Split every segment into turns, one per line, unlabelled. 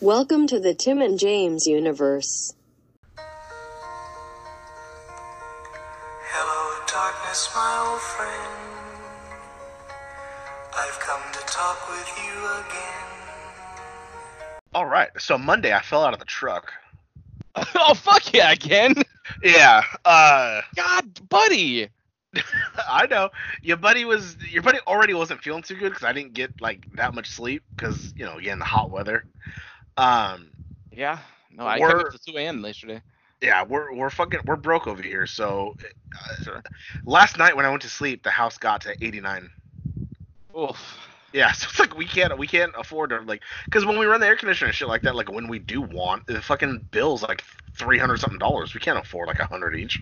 Welcome to the Tim and James universe.
Hello, darkness, my old friend. I've come to talk with you again.
All right. So Monday, I fell out of the truck.
oh fuck yeah again
Yeah. Uh,
god buddy
I know your buddy was your buddy already wasn't feeling too good because I didn't get like that much sleep because you know again the hot weather. Um.
yeah no i
We're-
kept up to 2 a.m yesterday
Yeah, we're we're fucking we're broke over here. So uh,
Sure.
last night when I went to sleep, the house got to 89.
oof
Yeah, so it's like we can't we can't afford to like because when we run the air conditioner and shit like that, like when we do want the fucking bills like 300 something dollars, we can't afford like a hundred each.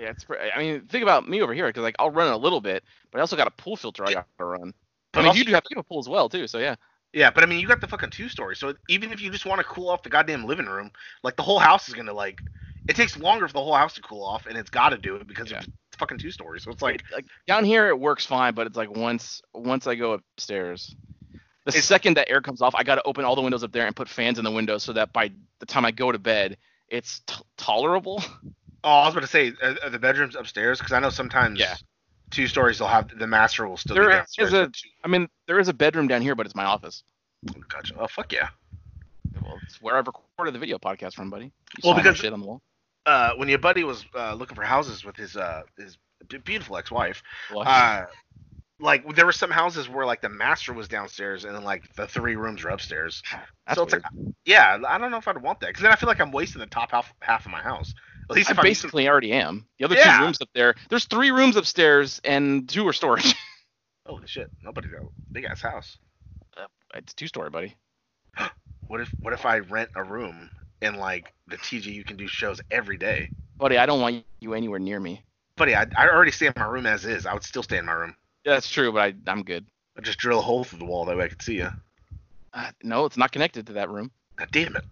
yeah it's pretty, i mean think about me over here because like i'll run a little bit but i also got a pool filter i gotta run
But
i mean
also-
you do have you have a pool as well too so yeah
Yeah, but I mean, you got the fucking two story. So even if you just want to cool off the goddamn living room, like the whole house is gonna like. It takes longer for the whole house to cool off, and it's got to do it because
Yeah.
it's fucking two stories. So it's like,
It- like down here it works fine but it's like once once i go upstairs the
It's-
second that air comes off i gotta open all the windows up there and put fans in the windows so that by the time i go to bed it's t- tolerable
oh, I was gonna say uh, uh, the bedrooms upstairs because I know sometimes
Yeah.
two stories they'll have the master will still be
There
downstairs.
is a- i mean there is a bedroom down here but it's my office
Gotcha. Oh fuck yeah.
Well, it's where I've recorded the video podcast from, buddy. You
Well,
saw my
because-
shit on the wall.
Uh, when your buddy was uh, looking for houses with his uh, his b- beautiful ex wife,
Well,
uh, like there were some houses where like the master was downstairs and then like the three rooms were upstairs.
that's
so it's
weird.
like, yeah, I don't know if I'd want that because then I feel like I'm wasting the top half half of my house. At least if
I
I'm
basically already am. The other
Yeah.
two rooms up there. There's three rooms upstairs and two are storage.
holy shit, nobody got a big ass house.
it's two story, buddy.
What if what if I rent a room and like the TG you can do shows every day?
Buddy, I don't want you anywhere near me.
Buddy, I, I already stay in my room as is. I would still stay in my room.
Yeah, that's true, but I, I'm good.
I'd just drill a hole through the wall that way I could see you.
Uh, no, it's not connected to that room.
God damn it.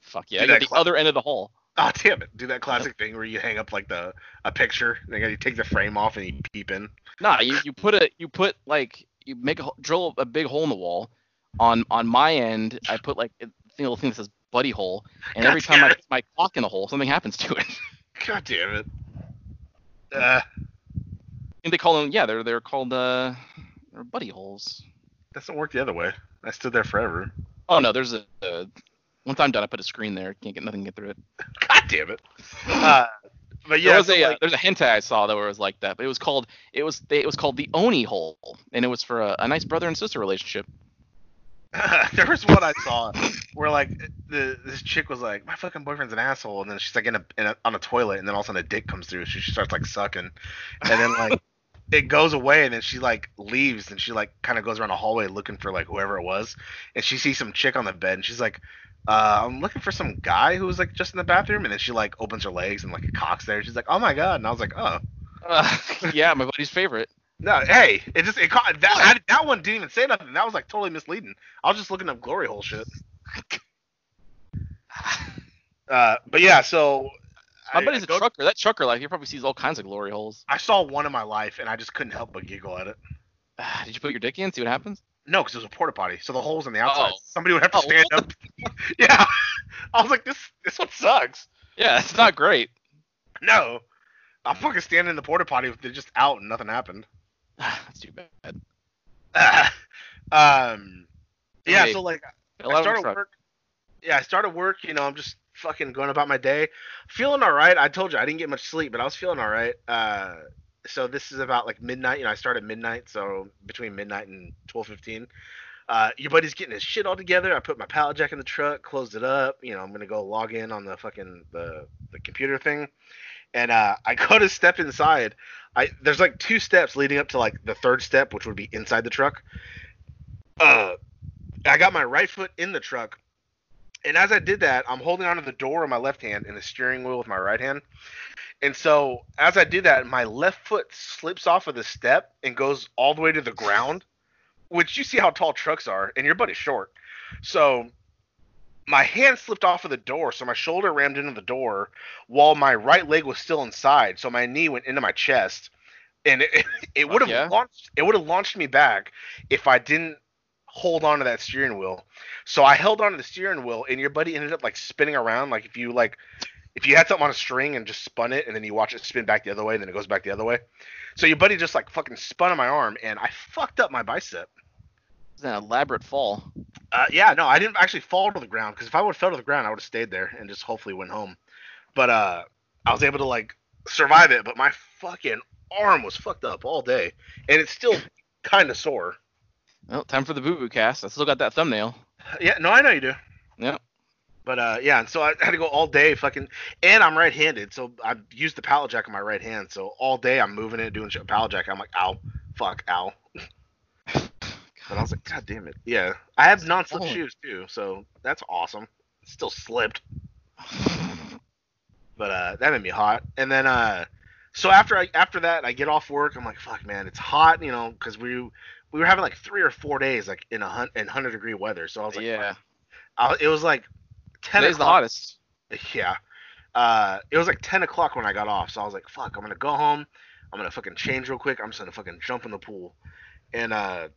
Fuck yeah,
Do
I got
that
the
cla-
other end of the hall.
Oh damn it. Do that classic thing where you hang up like the a picture, and then you take the frame off and you peep in.
Nah, you, you put a you put like you make a ho- drill a big hole in the wall. On on my end, I put like a little thing that says buddy hole, and every
God damn
time I
it.
put my clock in the hole, something happens to it.
God damn it. Uh
think they call them. Yeah, they're they're called uh, they're buddy holes.
doesn't work the other way. I stood there forever.
Oh no, there's a, a once I'm done, I put a screen there. Can't get nothing get through it.
God damn it. Uh, but yeah,
there was
so,
a uh,
like,
there's a hentai I saw that was like that, but it was called it was they, it was called the Oni hole, and it was for a, a nice brother and sister relationship.
there was one I saw where like the this chick was like, my fucking boyfriend's an asshole, and then she's like in a, in a on a toilet, and then all of a sudden a dick comes through, so she starts like sucking, and then like it goes away, and then she like leaves, and she like kind of goes around a hallway looking for like whoever it was, and she sees some chick on the bed, and she's like. Uh, I'm looking for some guy who was like just in the bathroom, and then she like opens her legs and like it cocks there. She's like, "Oh my god!" And I was like, "Oh,
Uh, yeah, my buddy's favorite.
No, hey, it just it caught that I, that one didn't even say nothing. That was like totally misleading. I was just looking up glory hole shit. Uh, but yeah, so
My
I,
buddy's
I
a
go-
trucker. That trucker life, he probably sees all kinds of glory holes.
I saw one in my life, and I just couldn't help but giggle at it.
Ah, Did you put your dick in? See what happens?
No, because it was a porta potty, so the holes on the outside.
Oh.
Somebody would have to
Oh,
stand
what
up. yeah, I was like, this this one sucks.
Yeah, it's not great.
No, I'm fucking standing in the porta potty with it just out and nothing happened.
Ah, That's too bad.
um, yeah,
Hey.
so like
A
I
lot of
started
truck.
work. Yeah, I started work. You know, I'm just fucking going about my day, feeling all right. I told you I didn't get much sleep, but I was feeling all right. Uh, so this is about like midnight. You know, I start at midnight, so between midnight and 12:15. Uh, your buddy's getting his shit all together. I put my pallet jack in the truck, closed it up. You know, I'm gonna go log in on the fucking the the computer thing, and uh, I go to step inside. I there's like two steps leading up to like the third step, which would be inside the truck. Uh, I got my right foot in the truck, and as I did that, I'm holding onto the door with my left hand and the steering wheel with my right hand. And so as I do that, my left foot slips off of the step and goes all the way to the ground, which you see how tall trucks are, and your buddy's short. So my hand slipped off of the door, so my shoulder rammed into the door while my right leg was still inside, so my knee went into my chest. And it, it would have
yeah.
launched it would have launched me back if I didn't hold on to that steering wheel. So I held on to the steering wheel, and your buddy ended up like spinning around. Like if you like, if you had something on a string and just spun it, and then you watch it spin back the other way, and then it goes back the other way. So your buddy just like fucking spun on my arm, and I fucked up my bicep.
It's an elaborate fall.
Uh, yeah, no, I didn't actually fall to the ground because if I would have fell to the ground, I would have stayed there and just hopefully went home. But uh, I was able to like survive it, but my fucking arm was fucked up all day, and it's still kind of sore.
Well, time for the boo boo cast. I still got that thumbnail.
Yeah, no, I know you do.
Yeah.
But uh, yeah, and so I had to go all day fucking, and I'm right-handed, so I used the pallet jack in my right hand. So all day I'm moving it, doing shit, pallet jack. I'm like, ow, fuck, ow. But I was like, god damn it. Yeah, I have non-slip
Oh.
shoes too, so that's awesome. It still slipped, but uh, that made me hot. And then uh, so after I after that, I get off work. I'm like, fuck, man, it's hot, you know, because we we were having like three or four days like in a hun- in hundred degree weather. So I was like,
yeah.
I, it was like ten.
Today's the
o'clock.
hottest.
Yeah. Uh, it was like 10 o'clock when I got off, so I was like, fuck, I'm gonna go home. I'm gonna fucking change real quick. I'm just gonna fucking jump in the pool. And uh,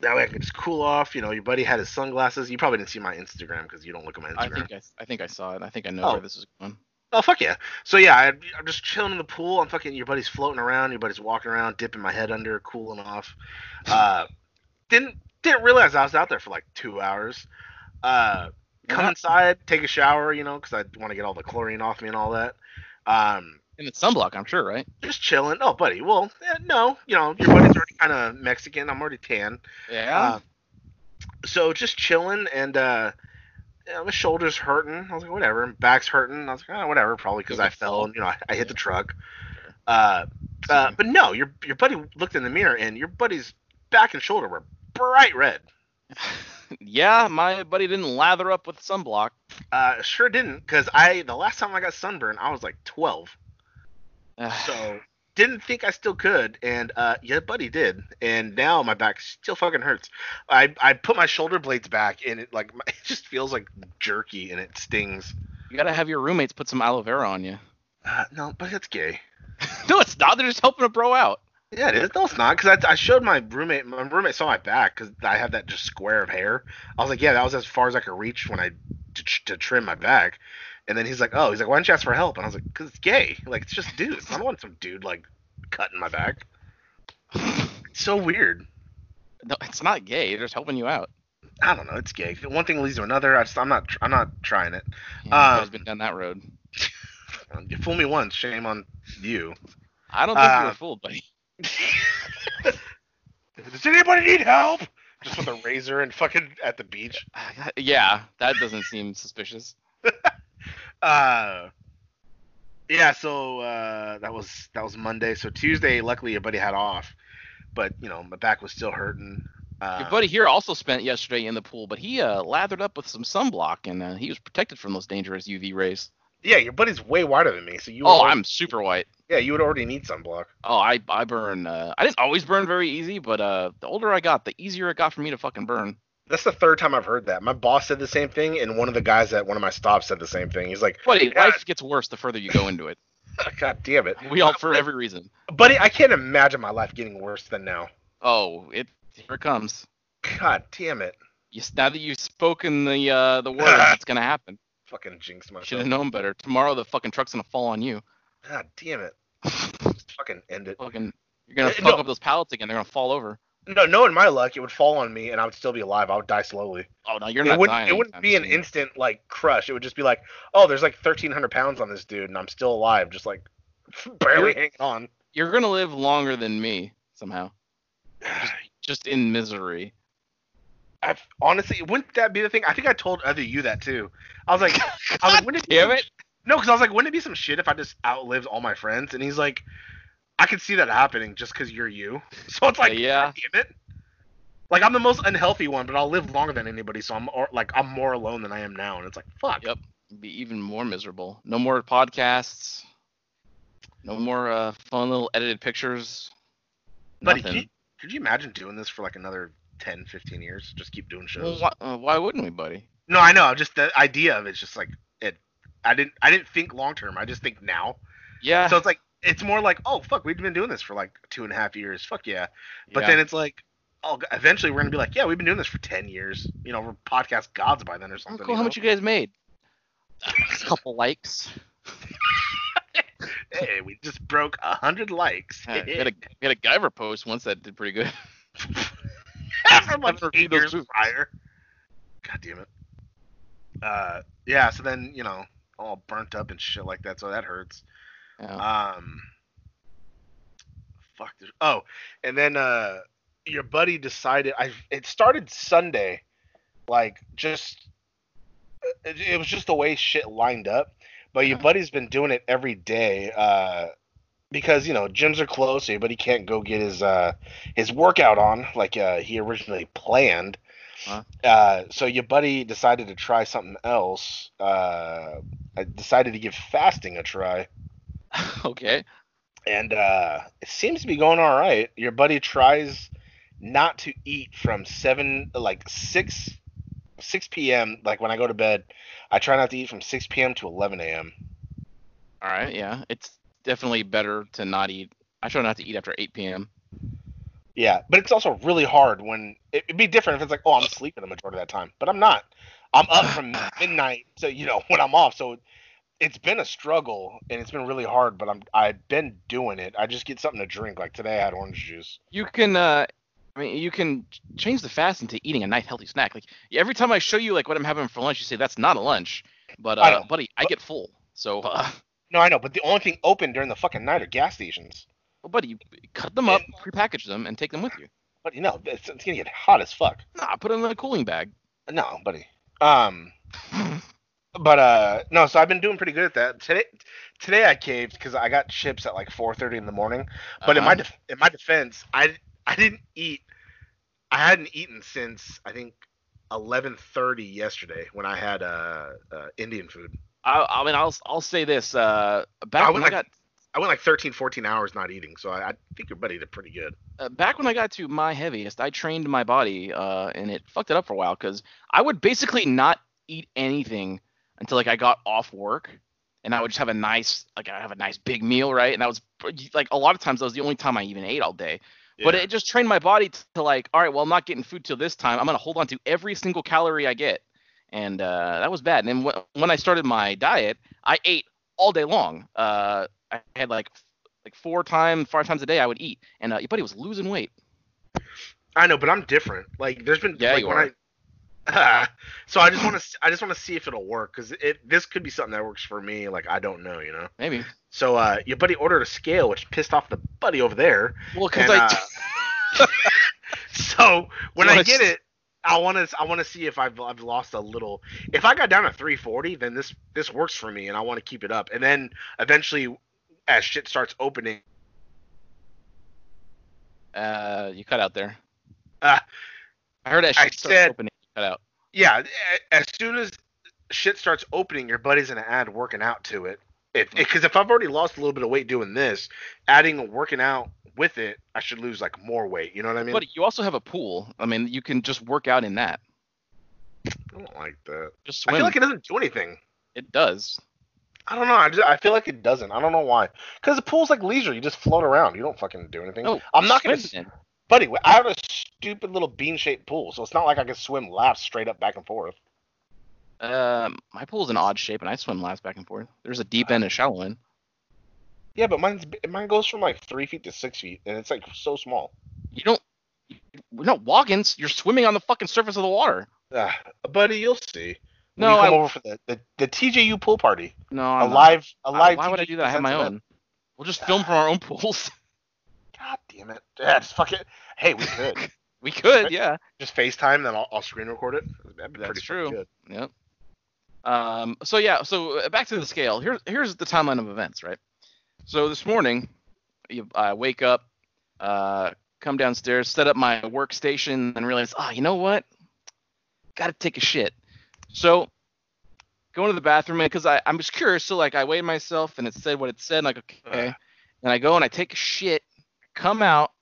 that way I can just cool off. You know, your buddy had his sunglasses. You probably didn't see my Instagram because you don't look at my Instagram.
I think I, I think I saw it. I think I know
Oh.
where this is going.
Oh fuck yeah! So yeah, I, I'm just chilling in the pool. I'm fucking your buddy's floating around. Your buddy's walking around, dipping my head under, cooling off. Uh, didn't didn't realize I was out there for like two hours. Uh, come
Yeah.
inside, take a shower, you know, because I want to get all the chlorine off me and all that. Um,
And it's sunblock, I'm sure, right?
just chilling. Oh buddy, well eh, no, you know your buddy's already kind of Mexican. I'm already tan.
Yeah.
Uh, so just chilling and uh, yeah, my shoulders hurting. I was like, whatever. My back's hurting. I was like, oh, whatever, probably because
Yeah,
I
but
fell
fall.
and you know I, I hit the
Yeah.
truck. Uh, uh, but no, your your buddy looked in the mirror and your buddy's back and shoulder were bright red.
yeah, my buddy didn't lather up with sunblock.
Uh, sure didn't because I the last time I got sunburned I was like 12, so didn't think I still could, and uh, yeah, buddy did, and now my back still fucking hurts. I I put my shoulder blades back and it like it just feels like jerky and it stings.
you gotta have your roommates put some aloe vera on you.
Uh, no, but it's gay.
no, it's not. They're just helping a bro out.
Yeah, it is. No, it's not. Because I, I showed my roommate. My roommate saw my back because I have that just square of hair. I was like, yeah, that was as far as I could reach when I to, to trim my back. And then he's like, oh, he's like, why didn't you ask for help? And I was like, because it's gay. Like, it's just dudes. I don't want some dude like cutting my back. It's so weird.
No, it's not gay. They're just helping you out.
I don't know. It's gay. One thing leads to another. I just, I'm not. I'm not trying it.
Yeah, I've always
Um,
been down that road.
Um, You fool me once, shame on you.
I don't think you're
uh,
a fool, buddy.
Does anybody need help? Just with a razor and fucking at the beach.
Yeah, that doesn't seem suspicious.
uh yeah so uh that was that was monday so tuesday luckily your buddy had off but you know my back was still hurting uh
Your buddy here also spent yesterday in the pool, but he uh, lathered up with some sunblock and uh, he was protected from those dangerous UV rays.
yeah your buddy's way wider than me so you would
Oh,
already-
I'm super white.
yeah you would already need sunblock
Oh, I I burn. Uh, I didn't always burn very easy, but uh, the older I got, the easier it got for me to fucking burn.
that's the third time i've heard that my boss said the same thing and one of the guys at one of my stops said the same thing he's like
Buddy,
Yeah.
life gets worse the further you go into it.
god damn it
We all for every reason.
buddy i can't imagine my life getting worse than now
Oh, it here it comes.
god damn it
You, s- now that you've spoken the uh, the words, it's gonna happen.
fucking jinxed
Should
myself
have known better. Tomorrow the fucking truck's gonna fall on you.
god damn it fucking end it
fucking, you're gonna
Uh,
fuck
no.
up those pallets again. They're gonna fall over.
No, knowing my luck, it would fall on me and I would still be alive. I would die slowly.
Oh no, you're
it
not
wouldn't.
dying.
it wouldn't
anytime
be an
soon.
instant like crush. It would just be like, oh, there's like 1,300 pounds on this dude, and I'm still alive, just like barely
You're-
hanging on.
You're gonna live longer than me somehow, just in misery.
i honestly, wouldn't that be the thing? I think I told other you that too. I was like, I was like, wouldn't it be
Damn
some
it!
sh- No, because I was like, wouldn't it be some shit if I just outlived all my friends? And he's like, I could see that happening just because you're you. So it's like,
yeah.
damn it. Like I'm the most unhealthy one, but I'll live longer than anybody, so I'm or, like I'm more alone than I am now, and it's like fuck.
Yep. be even more miserable. No more podcasts. No more uh, fun little edited pictures.
Buddy,
Nothing.
can you- could you imagine doing this for like another 10, 15 years? Just keep doing
Well,
shows.
why, uh, why wouldn't we, buddy?
No, I know. Just the idea of it's just like it. I didn't. I didn't think long term. I just think now.
Yeah.
So it's like it's more like oh fuck, we've been doing this for like two and a half years. Fuck yeah. But then it's like all eventually we're gonna be like, yeah, we've been doing this for ten years. You know, we're podcast gods by then or something.
Cool. How much you guys made? A couple likes.
know? Hey, we just broke a hundred likes.
Yeah, we, had a, we had a Guyver post once that did pretty good.
from like
Never
eight
those
years
moves.
prior. God damn it. Uh, yeah. So then you know, all burnt up and shit like that. So that hurts.
Yeah.
Um, fuck. This, oh, and then uh, your buddy decided. I it started Sunday, like just it, it was just the way shit lined up. But your buddy's been doing it every day uh, because you know gyms are closed, so your buddy can't go get his uh, his workout on like uh, he originally planned.
Huh.
Uh, so your buddy decided to try something else. Uh, I decided to give fasting a try
okay.
and uh, it seems to be going all right. Your buddy tries not to eat from seven, like six, six p.m. Like when I go to bed, I try not to eat from six p.m. to eleven a.m.
All right. Yeah. It's definitely better to not eat. I try not to eat after 8 p.m.
Yeah, but it's also really hard when it, it'd be different if it's like, oh, I'm sleeping the majority of that time, but I'm not. I'm up from midnight to you know when I'm off, so it's been a struggle and it's been really hard. But I'm I've been doing it. I just get something to drink. Like today, I had orange juice.
You can. uh I mean, you can ch- change the fast into eating a nice healthy snack. Like every time I show you like what I'm having for lunch, you say that's not a lunch. But uh,
I know.
buddy, I get full. So, uh,
No, I know, but the only thing open during the fucking night are gas stations.
well, buddy, you cut them up, prepackage them, and take them with you.
But you know, it's, it's gonna get hot as fuck.
Nah, put them in a cooling bag.
No, buddy. Um, but uh, no. So I've been doing pretty good at that. Today, today I caved because I got chips at like 4:30 in the morning. But in my
Uh-huh.
def- in my defense, I I didn't eat. I hadn't eaten since I think 11:30 yesterday when I had uh, uh Indian food.
I, I mean, I'll I'll say this. Uh,
I
back when
would
I
like-
got
I went like 13, 14 hours not eating, so I, I think your buddy did pretty good.
uh, back when I got to my heaviest, I trained my body, uh, and it fucked it up for a while because I would basically not eat anything until like I got off work, and I would just have a nice like I have a nice big meal, right? And that was like a lot of times that was the only time I even ate all day. But
Yeah.
it just trained my body t- to like, all right, well I'm not getting food till this time. I'm gonna hold on to every single calorie I get, and uh, that was bad. And then wh- when I started my diet, I ate all day long. Uh, I had like f- like four times, five times a day I would eat, and uh, your buddy was losing weight.
I know, but I'm different. Like, there's been
Yeah,
like,
you
when
are.
I, so I just want to I just want to see if it'll work because it this could be something that works for me. Like, I don't know, you know.
Maybe.
So uh, your buddy ordered a scale, which pissed off the buddy over there.
Well, because
And,
I
uh, So when
You
I
wanna
get
s-
it, I want to I want to see if I've I've lost a little. If I got down to 340, then this this works for me, and I want to keep it up. And then eventually, as shit starts opening,
uh, you cut out there.
Uh,
I heard that shit
I
starts
said-
opening. you Cut out.
yeah, a- as soon as shit starts opening, your buddy's gonna add working out to it. If because if I've already lost a little bit of weight doing this, adding working out with it, I should lose like more weight. You know what I mean?
Buddy, you also have a pool. I mean, you can just work out in that.
I don't like that.
Just
I
swim.
feel like it doesn't do anything.
it does.
I don't know. I, just, I feel like it doesn't. I don't know why. Because the pool's like leisure. You just float around. You don't fucking do anything.
No,
I'm not gonna
Oh, swim in it.
Buddy, I have a stupid little bean-shaped pool, so it's not like I can swim laps straight up back and forth.
Um, my pool's in odd shape, and I swim laps back and forth. There's a deep end and a shallow end.
Yeah, but mine's b- mine goes from like three feet to six feet, and it's like so small.
You don't. We're not walking. s- You're swimming on the fucking surface of the water.
Ah, buddy, you'll see. When
No,
you come
I-
over for the, the, the TJU pool party.
No,
A
I'm not.
live, a
Uh,
live.
Why would I
TJU
do that? I have my
presents
own.
event.
We'll just film from our own pools.
God damn it! Yeah, just fuck it. Hey, we could
we could,
Right.
yeah.
just FaceTime, then I'll, I'll screen record it. That'd be
That's
pretty fucking
true.
good.
Yep. Um, so yeah, so uh, back to the scale. Here's here's the timeline of events, right? So this morning, you, I wake up, uh, come downstairs, set up my workstation, and realize, ah, you know what? Got to take a shit. So go into the bathroom because I I'm just curious. So like I weighed myself and it said what it said. And like okay,
Ugh.
and I go and I take a shit, come out,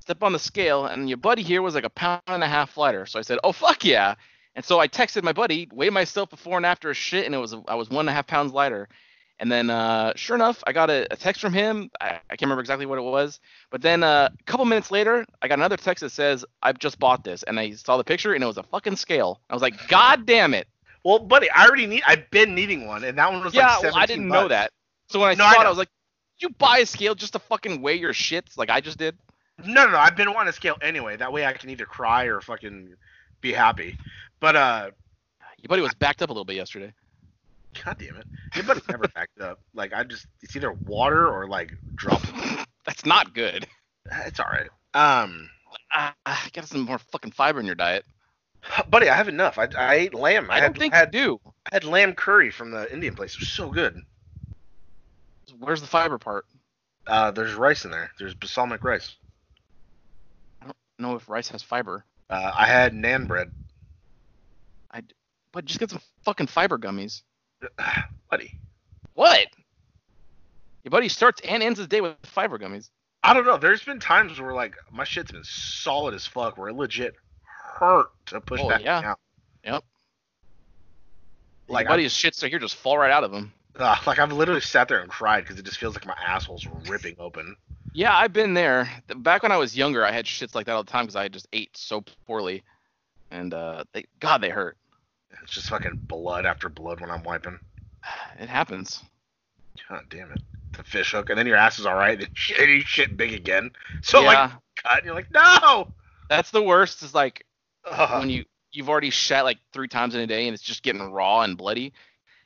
step on the scale, and your buddy here was like a pound and a half lighter. So I said, oh fuck yeah. And so I texted my buddy, weighed myself before and after a shit, and it was I was one and a half pounds lighter. And then, uh, sure enough, I got a, a text from him. I, I can't remember exactly what it was. But then uh, a couple minutes later, I got another text that says, I've just bought this. And I saw the picture, and it was a fucking scale. I was like, God damn it.
Well, buddy, I already need. I've been needing one, and that one was
yeah,
like
well,
seventeen
I didn't know
bucks.
that. So when I
No,
saw
I
it, I
know.
was like, you buy a scale just to fucking weigh your shits like I just did?
No, no, no. I've been wanting a scale anyway. That way, I can either cry or fucking be happy. But uh,
Your buddy was backed up a little bit yesterday.
god damn it, your buddy's never backed up. Like I just, it's either water or like drop.
That's not good.
It's all right. Um,
Ah, ah, get some more fucking fiber in your diet.
buddy, I have enough. I, I ate lamb.
I,
I,
don't
had,
think
had,
you do.
I had lamb curry from the Indian place. It was so good.
Where's the fiber part?
Uh, there's rice in there. There's balsamic rice.
I don't know if rice has fiber,
Uh, I had nan bread,
but just get some fucking fiber gummies.
buddy.
What? Your buddy starts and ends his day with fiber gummies.
I don't know. There's been times where like my shit's been solid as fuck, where it legit hurt to push
Oh,
back
yeah.
down.
Yep.
Like
Your buddy's shits right here just fall right out of him.
I, uh, like I've literally sat there and cried because it just feels like my asshole's ripping open.
Yeah, I've been there. Th- Back when I was younger, I had shits like that all the time because I just ate so poorly, and uh, they, God, they hurt.
It's just fucking blood after blood when I'm wiping.
It happens.
God damn it. The fish hook, and then your ass is all right. Then shit, you shit big again. So like
Yeah,
cut, and you're like no.
that's the worst. Is like
Ugh.
when you you've already shat like three times in a day and it's just getting raw and bloody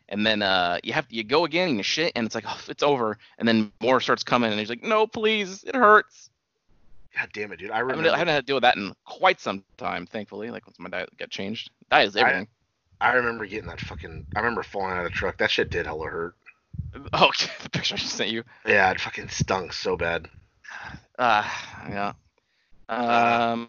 and then uh you have you go again and you shit and it's like oh, it's over and then more starts coming and he's like no please it hurts
God damn it, dude. I
I haven't,
remember.
I haven't had to deal with that in quite some time thankfully like once my diet got changed diet is
I-
everything
I remember getting that fucking. I remember falling out of the truck. That shit did hella hurt.
oh the picture I just sent you
Yeah, it fucking stung so bad.
uh yeah um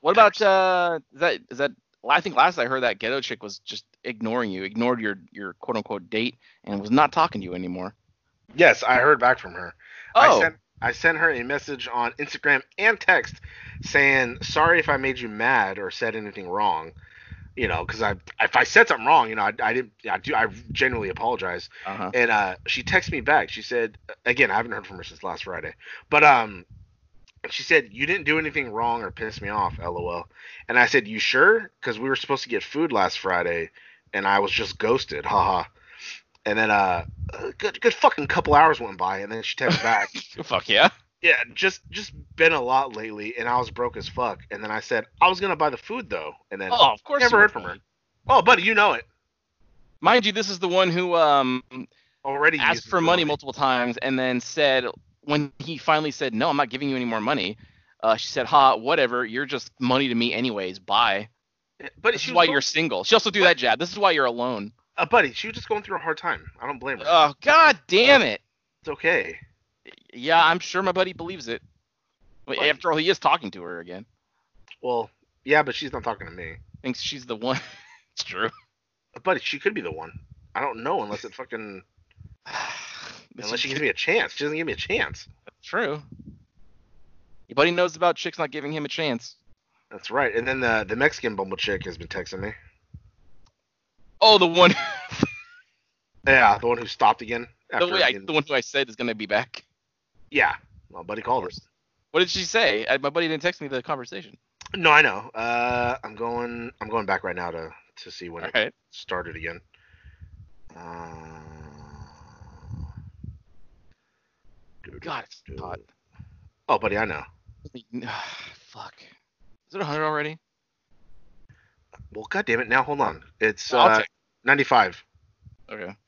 what about uh is that is that well, I think last I heard that ghetto chick was just ignoring you ignored your your quote unquote date and was not talking to you anymore
Yes, I heard back from her.
oh
I sent, I sent her a message on Instagram and text saying, sorry if I made you mad or said anything wrong. You know, because I if I said something wrong, you know, I, I didn't. I do. I genuinely apologize.
uh-huh.
And uh, she texted me back. She said, again, I haven't heard from her since last Friday, but um, she said you didn't do anything wrong or piss me off, lol. And I said, you sure? Because we were supposed to get food last Friday, and I was just ghosted, haha. And then uh, a good good fucking couple hours went by, and then she texted back.
Fuck yeah.
Yeah, just just been a lot lately, and I was broke as fuck. And then I said I was gonna buy the food though, and then
Oh, of course.
never
you
heard from
would.
her. Oh, buddy, you know it
Mind you, this is the one who um
already.
asked
used
for
the
money multiple times and then said when he finally said no, I'm not giving you any more money. Uh, she said, "Ha, whatever. You're just money to me, anyways. Bye."
But
This
she
is
was
why
going-
you're single. She also do that jab. This is why you're alone.
uh, buddy. She was just going through a hard time. I don't blame her.
Oh, god damn it.
it's okay.
Yeah, I'm sure my buddy believes it. Wait,
Buddy.
After all, he is talking to her again.
Well, yeah, but she's not talking to me.
Thinks she's the one. it's true.
Buddy, she could be the one. I don't know unless it fucking
This
unless
is
she gives me a chance. She doesn't give me a chance.
true. Your buddy knows about chicks not giving him a chance.
That's right. And then the the Mexican bumble chick has been texting me.
Oh, the one
Yeah, the one who stopped again. After
the, way I,
being-
the one who I said is gonna be back.
yeah, my buddy called us.
What did she say? I, my buddy didn't text me the conversation.
No, I know. Uh, I'm going. I'm going back right now to to see when
All
it
right.
started again. Uh,
God, it's hot.
Oh, buddy, I know.
Fuck. Is it 100 already?
Well, god damn it. Now hold on. It's
I'll
uh,
check.
95.
Okay.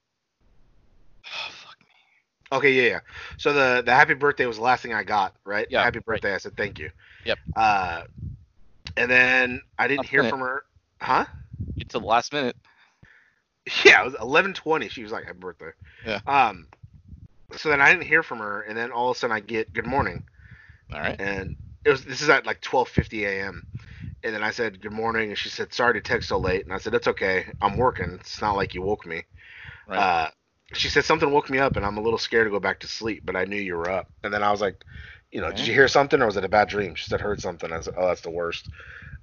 Oh, fuck me.
Okay, yeah, yeah. So the the happy birthday was the last thing I got, right?
Yeah,
Happy
right.
birthday. I said thank you.
Yep.
Uh, and then I didn't
Last
hear
minute.
from her. Huh?
Get to the last minute.
Yeah, it was 11:20. She was like, "Happy birthday."
Yeah.
Um. So then I didn't hear from her, and then all of a sudden I get good morning,
All right.
and it was this is at like 12:50 a.m. And then I said good morning, and she said sorry to text so late, and I said it's okay, I'm working. It's not like you woke me.
Right.
Uh, she said something woke me up, and I'm a little scared to go back to sleep, but I knew you were up. And then I was like, you know, did
Okay.
you hear something or was it a bad dream? She said heard something. I said, oh, that's the worst.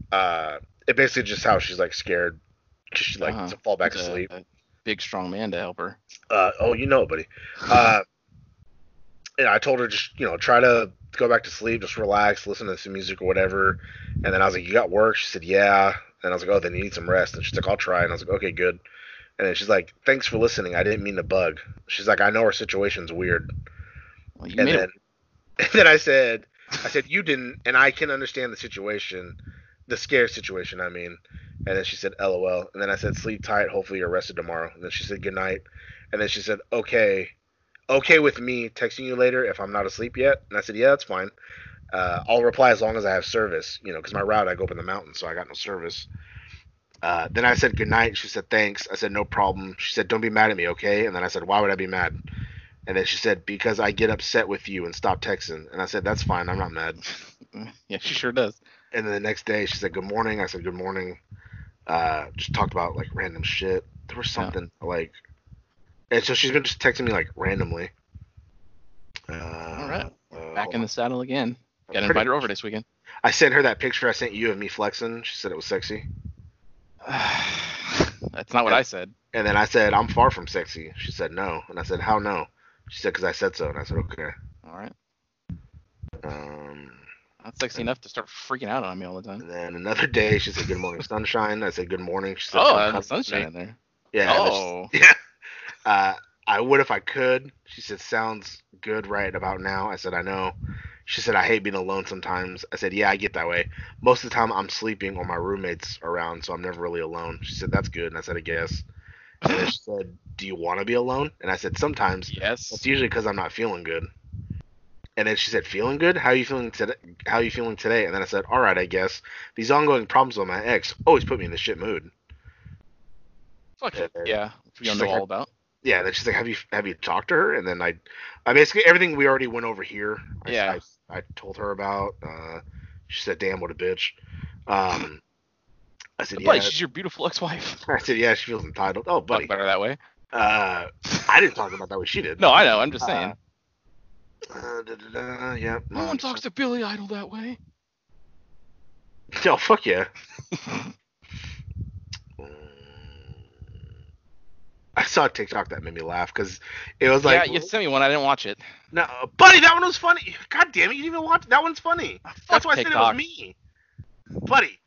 Uh, it basically just how she's like scared, 'cause she like
Uh-huh.
to fall back
It's a-
asleep.
a- big strong man to help her.
Uh, oh, you know, buddy. Uh, and I told her just you know try to go back to sleep, just relax, listen to some music or whatever. And then I was like, you got work? She said, yeah. And I was like, oh, then you need some rest. And she's like, I'll try. And I was like, okay, good. And then she's like, thanks for listening. I didn't mean to bug. She's like, I know our situation's weird.
Well, you
and
made
then, and then I said, I said you didn't, and I can understand the situation, the scare situation. I mean, and then she said, "LOL." And then I said, "Sleep tight. Hopefully you're rested tomorrow." And then she said, "Good night." And then she said, "Okay, okay with me texting you later if I'm not asleep yet." And I said, "Yeah, that's fine. Uh, I'll reply as long as I have service, you know, because my route I go up in the mountains, so I got no service." Uh, then I said, "Good night." She said, "Thanks." I said, "No problem." She said, "Don't be mad at me, okay?" And then I said, "Why would I be mad?" And then she said, "Because I get upset with you and stop texting." And I said, "That's fine. I'm not mad."
it. Yeah, she sure does.
And then the next day, she said, "Good morning." I said, "Good morning." Uh, just talked about like random shit. There was
Yeah.
something like, and so she's been just texting me like randomly. Uh, All
right. Back in the saddle again. Got to invite her over this weekend.
I sent her that picture I sent you of me flexing. She said it was sexy,
That's not what
Yeah.
I said.
and then I said I'm far from sexy. She said no, and I said how no? She said because I said so, and I said okay.
All right.
Um,
That's sexy enough to start freaking out on me all the time.
and then another day, she said good morning sunshine. I said good morning. She said "Come
Oh, uh,
cuddle
the
with
sun's
me."
shining there.
Yeah. and then she-
Oh.
Yeah. Uh, I would if I could. She said, sounds good right about now. I said, I know. She said, I hate being alone sometimes. I said, yeah, I get that way. Most of the time, I'm sleeping or my roommate's around, so I'm never really alone. She said, that's good. And I said, I guess. And then she said, do you want to be alone? And I said, sometimes.
Yes.
That's usually because I'm not feeling good. And then she said, "Feeling good? How you feeling today? How you feeling today?" And then I said, "All right, I guess these ongoing problems with my ex always put me in this shit mood."
Fuck
Yeah.
it. Yeah. Which we all
She's
know
like,
all about.
yeah, then she's like, "Have you have you talked to her?" And then I, I basically everything we already went over here. I,
Yeah.
I, I told her about. Uh, she said, "Damn, what a bitch." Um, I said,
But
"Yeah."
buddy, she's your beautiful ex-wife.
I said, "Yeah." She feels entitled. Oh,
Fuck
buddy.
better that way.
Uh, I didn't talk about that way. She did.
No, I know. I'm just saying.
Uh, Uh, da, da, da, yeah.
no one talks to Billy Idol that way.
No, Oh, fuck yeah. I saw a TikTok that made me laugh because it was like,
yeah, you sent me one. I didn't watch it.
no, buddy, that one was funny. God damn it, you didn't even watch. That one's funny. That's
Oh, Fuck
why I said
TikTok.
it was me, buddy.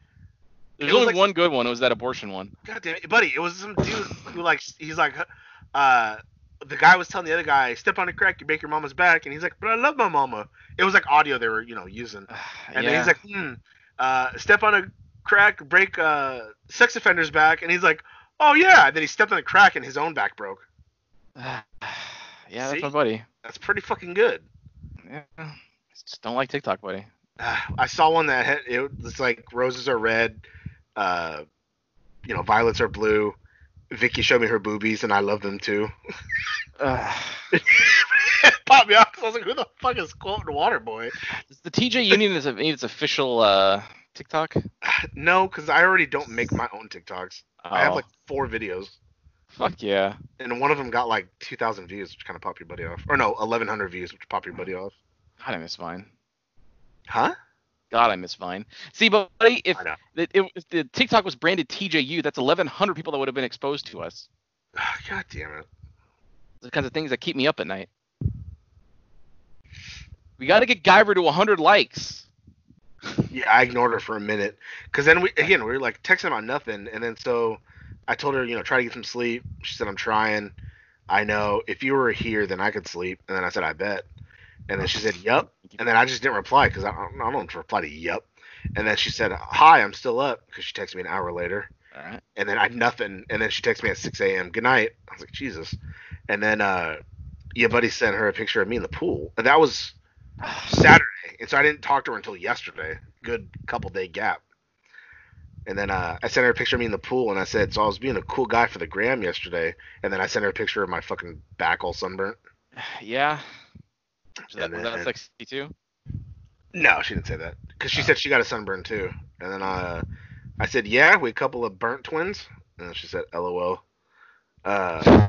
There's
It was
only
like-
one good one. It was that abortion one.
God damn it, buddy. It was some dude who like he's like, uh, the guy was telling the other guy, step on a crack, you break your mama's back, and he's like, but I love my mama. It was like audio they were you know using, and then
yeah.
he's like, hmm, uh, step on a crack, break uh sex offender's back, and he's like, oh yeah. And then he stepped on a crack and his own back broke.
yeah,
See?
that's my buddy.
That's pretty fucking good.
Yeah. I Just don't like TikTok, buddy.
Uh, I saw one that had, it was like roses are red, uh, you know, violets are blue. Vicky showed me her boobies, and I love them too.
Uh,
it popped me off 'cause I was like, who the fuck is quoting Waterboy?
does the TJ Union is need its official uh, TikTok?
No, because I already don't make my own TikToks. I have
Oh,
like four videos,
fuck yeah.
and one of them got like 2,000 views, which kind of popped your buddy off. Or no, 1,100 views, which popped your buddy off.
God, I miss Vine.
Huh?
God, I miss Vine. See, but buddy, if
I know.
the, if if the TikTok was branded TJU, that's 1,100 people that would have been exposed to us.
Ah, God damn it.
the kinds of things that keep me up at night. We got to get Guyver to 100 likes.
Yeah, I ignored her for a minute because then we again we were like texting about nothing, and then so I told her you know try to get some sleep. She said I'm trying. I know if you were here then I could sleep, and then I said I bet, and then she said yup, and then I just didn't reply because I, don't- I don't reply to yup, and then she said hi I'm still up because she texted me an hour later,
All right.
and then I nothing, and then she texted me at 6 a.m. Good night. I was like Jesus, and then uh your buddy sent her a picture of me in the pool, and that was Saturday, and so I didn't talk to her until yesterday. Good couple day gap. And then uh, I sent her a picture of me in the pool, and I said, "So I was being a cool guy for the gram yesterday." And then I sent her a picture of my fucking back all sunburnt.
Yeah. So that,
And
was that
then-
sexy too?
No, she didn't say that because she said she got a sunburn too. And then uh, I said, "Yeah, we a couple of burnt twins." And then she said, "LOL." Uh,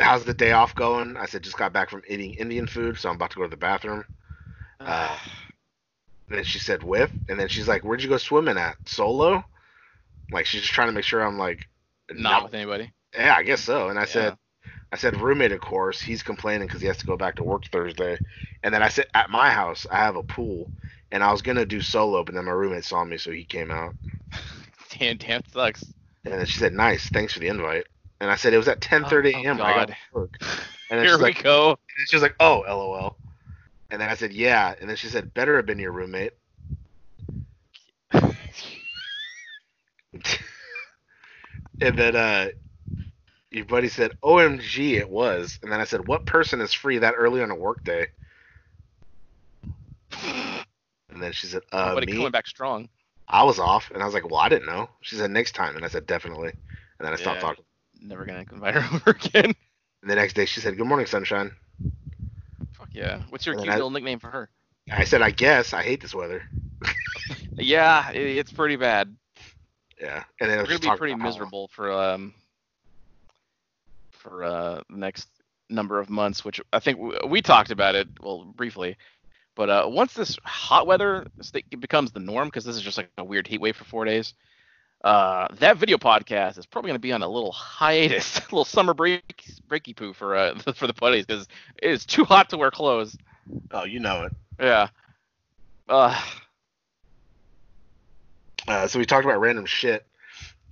how's the day off going? I said, "Just got back from eating Indian food, so I'm about to go to the bathroom." Uh,
Ah,
And then she said with, and then she's like, "Where'd you go swimming at? Solo?" Like she's just trying to make sure I'm like
Not with anybody.
yeah, I guess so. And I
Yeah.
said, I said roommate, of course, he's complaining because he has to go back to work Thursday. And then I said at my house, I have a pool, and I was gonna do solo, but then my roommate saw me, so he came out.
damn, damn sucks.
And then she said, "Nice, thanks for the invite." And I said, "It was at 10:30
Oh,
a.m. I got
God.
off work." And then
Here
she's
we
like,
go.
and she was like, "Oh, lol." And then I said, "Yeah." And then she said, "Better have been your roommate." Uh, and then uh, your buddy said, "OMG, it was." And then I said, "What person is free that early on a workday?" And then she said, "Uh,
but it
me.
coming back strong.
I was off." And I was like, "Well, I didn't know." She said, "Next time." And I said, "Definitely." And then I stopped
Yeah.
talking.
Never gonna invite her over again.
And the next day, she said, "Good morning, sunshine."
Fuck yeah. What's your
And
cute
then I-
little nickname for her?
I said, "I guess I hate this weather."
Yeah, it, it's pretty bad.
Yeah, and then I was
We're gonna
just
be
talking
pretty
about how-
miserable for um for uh the next number of months, which I think we, we talked about it well briefly. But uh, once this hot weather sta- becomes the norm, because this is just like a weird heat wave for four days, uh, that video podcast is probably going to be on a little hiatus, a little summer break, breaky poo for uh, for the buddies, because it is too hot to wear clothes.
Oh, you know it.
Yeah. Uh,
Uh, so we talked about random shit,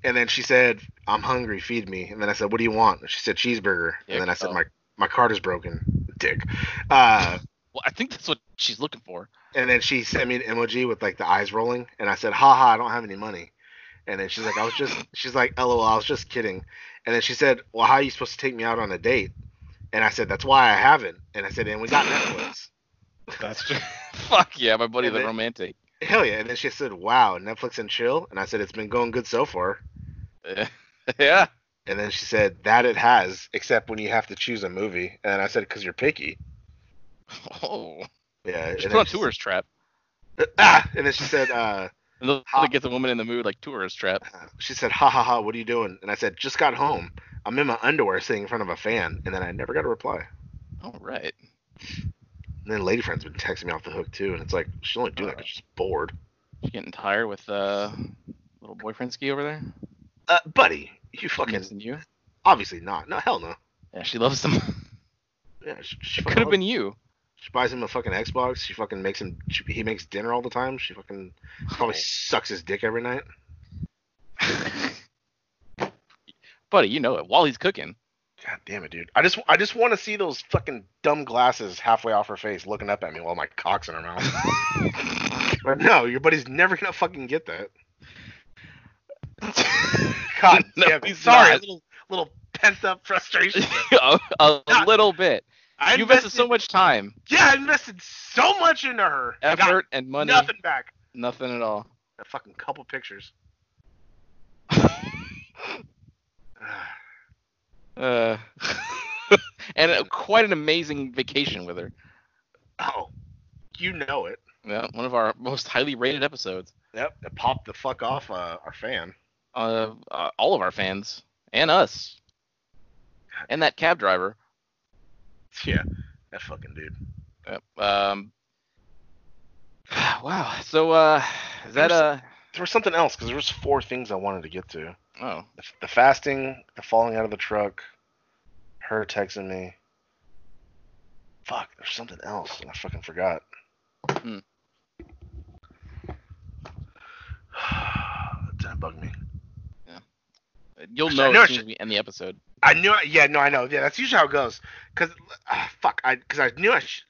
and then she said, "I'm hungry, feed me." And then I said, "What do you want?" And she said, "Cheeseburger."
Dick.
And then I said,
Oh.
"My my card is broken, dick." Uh,
well, I think that's what she's looking for.
and then she sent me an emoji with like the eyes rolling, and I said, "Ha ha, I don't have any money." And then she's like, "I was just," she's like, "LOL, I was just kidding." And then she said, "Well, how are you supposed to take me out on a date?" And I said, "That's why I haven't." And I said, "And we got Netflix."
That's true. Fuck yeah, my buddy
And
the
then-
romantic.
Hell yeah! And then she said, "Wow, Netflix and chill." And I said, "It's been going good so far."
yeah.
And then she said, "That it has, except when you have to choose a movie." And I said, "Because you're picky."
Oh.
Yeah.
She's
and
put on
then she-
tourist trap.
Ah! And then she said, uh,
And they'll
Hot.
get the woman in the mood like tourist trap.
"She said, ha ha ha, what are you doing?" And I said, "Just got home. I'm in my underwear, sitting in front of a fan." And then I never got a reply.
All right.
And then lady friend's been texting me off the hook too, and it's like she's only doing that 'cause she's bored.
She's getting tired with uh little boyfriend ski over there.
Uh, buddy, you fucking
Missing you.
obviously not. No, hell no.
Yeah, she loves them.
Yeah, she, she fucking
it could have
loves-
been you.
She buys him a fucking Xbox. She fucking makes him. She, he makes dinner all the time. She fucking probably sucks his dick every night.
Buddy, you know it. While he's cooking.
God damn it, dude! I just I just want to see those fucking dumb glasses halfway off her face, looking up at me while my cock's in her mouth. but no, your buddy's never gonna fucking get that. God
No,
damn it!
he's
Sorry,
not.
a little little pent up frustration.
a, a little bit.
I
you
invested
invested so much time,
Yeah, I invested so much into her. I got
effort, and money.
nothing back.
Nothing at all.
A fucking couple pictures.
Uh, and uh, quite an amazing vacation with her.
oh, you know it.
Yeah, one of our most highly rated episodes.
Yep, it popped the fuck off uh, our fan.
Uh, uh, all of our fans and us, and that cab driver.
Yeah, that fucking dude.
Yep. Um. Wow. So, uh, is that uh?
There was something else because there was four things I wanted to get to.
Oh,
the, the fasting, the falling out of the truck, her texting me. Fuck, there's something else, and I fucking forgot.
Hmm.
That bugged me.
you'll
Actually,
know
I know
as
it
soon as
should-
we end the episode.
I knew. I, yeah, no, I know. Yeah, that's usually how it goes. Cause ah, fuck, I because I knew I sh-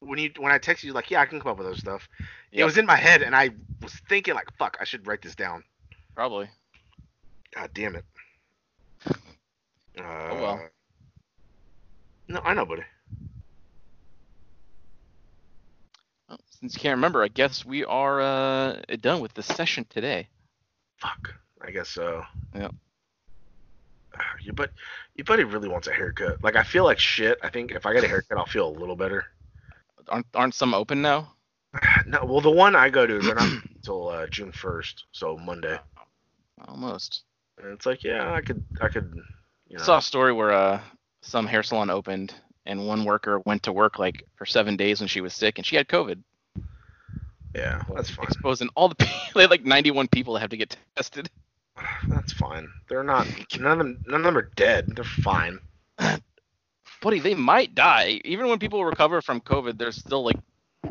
when you when I texted you like yeah I can come up with other stuff. It
Yep.
was in my head, and I was thinking like fuck, I should write this down.
Probably.
God damn it. Uh,
Oh, well.
No, I know, buddy.
Oh, since you can't remember, I guess we are uh done with the session today.
Fuck. I guess so.
Yep.
Ah, Your but your buddy really wants a haircut. Like I feel like shit. I think if I get a haircut, I'll feel a little better.
Aren't aren't some open now?
No, well the one I go to is not until uh, June first, so Monday.
Almost.
And it's like yeah, I could I could you know.
I saw a story where uh, some hair salon opened and one worker went to work like for seven days when she was sick and she had COVID,
yeah, that's fine.
exposing all the people. They had like 91 people that have to get tested.
That's fine. They're not. None of them. None of them are dead. They're fine.
Buddy, they might die. Even when people recover from COVID, there's still like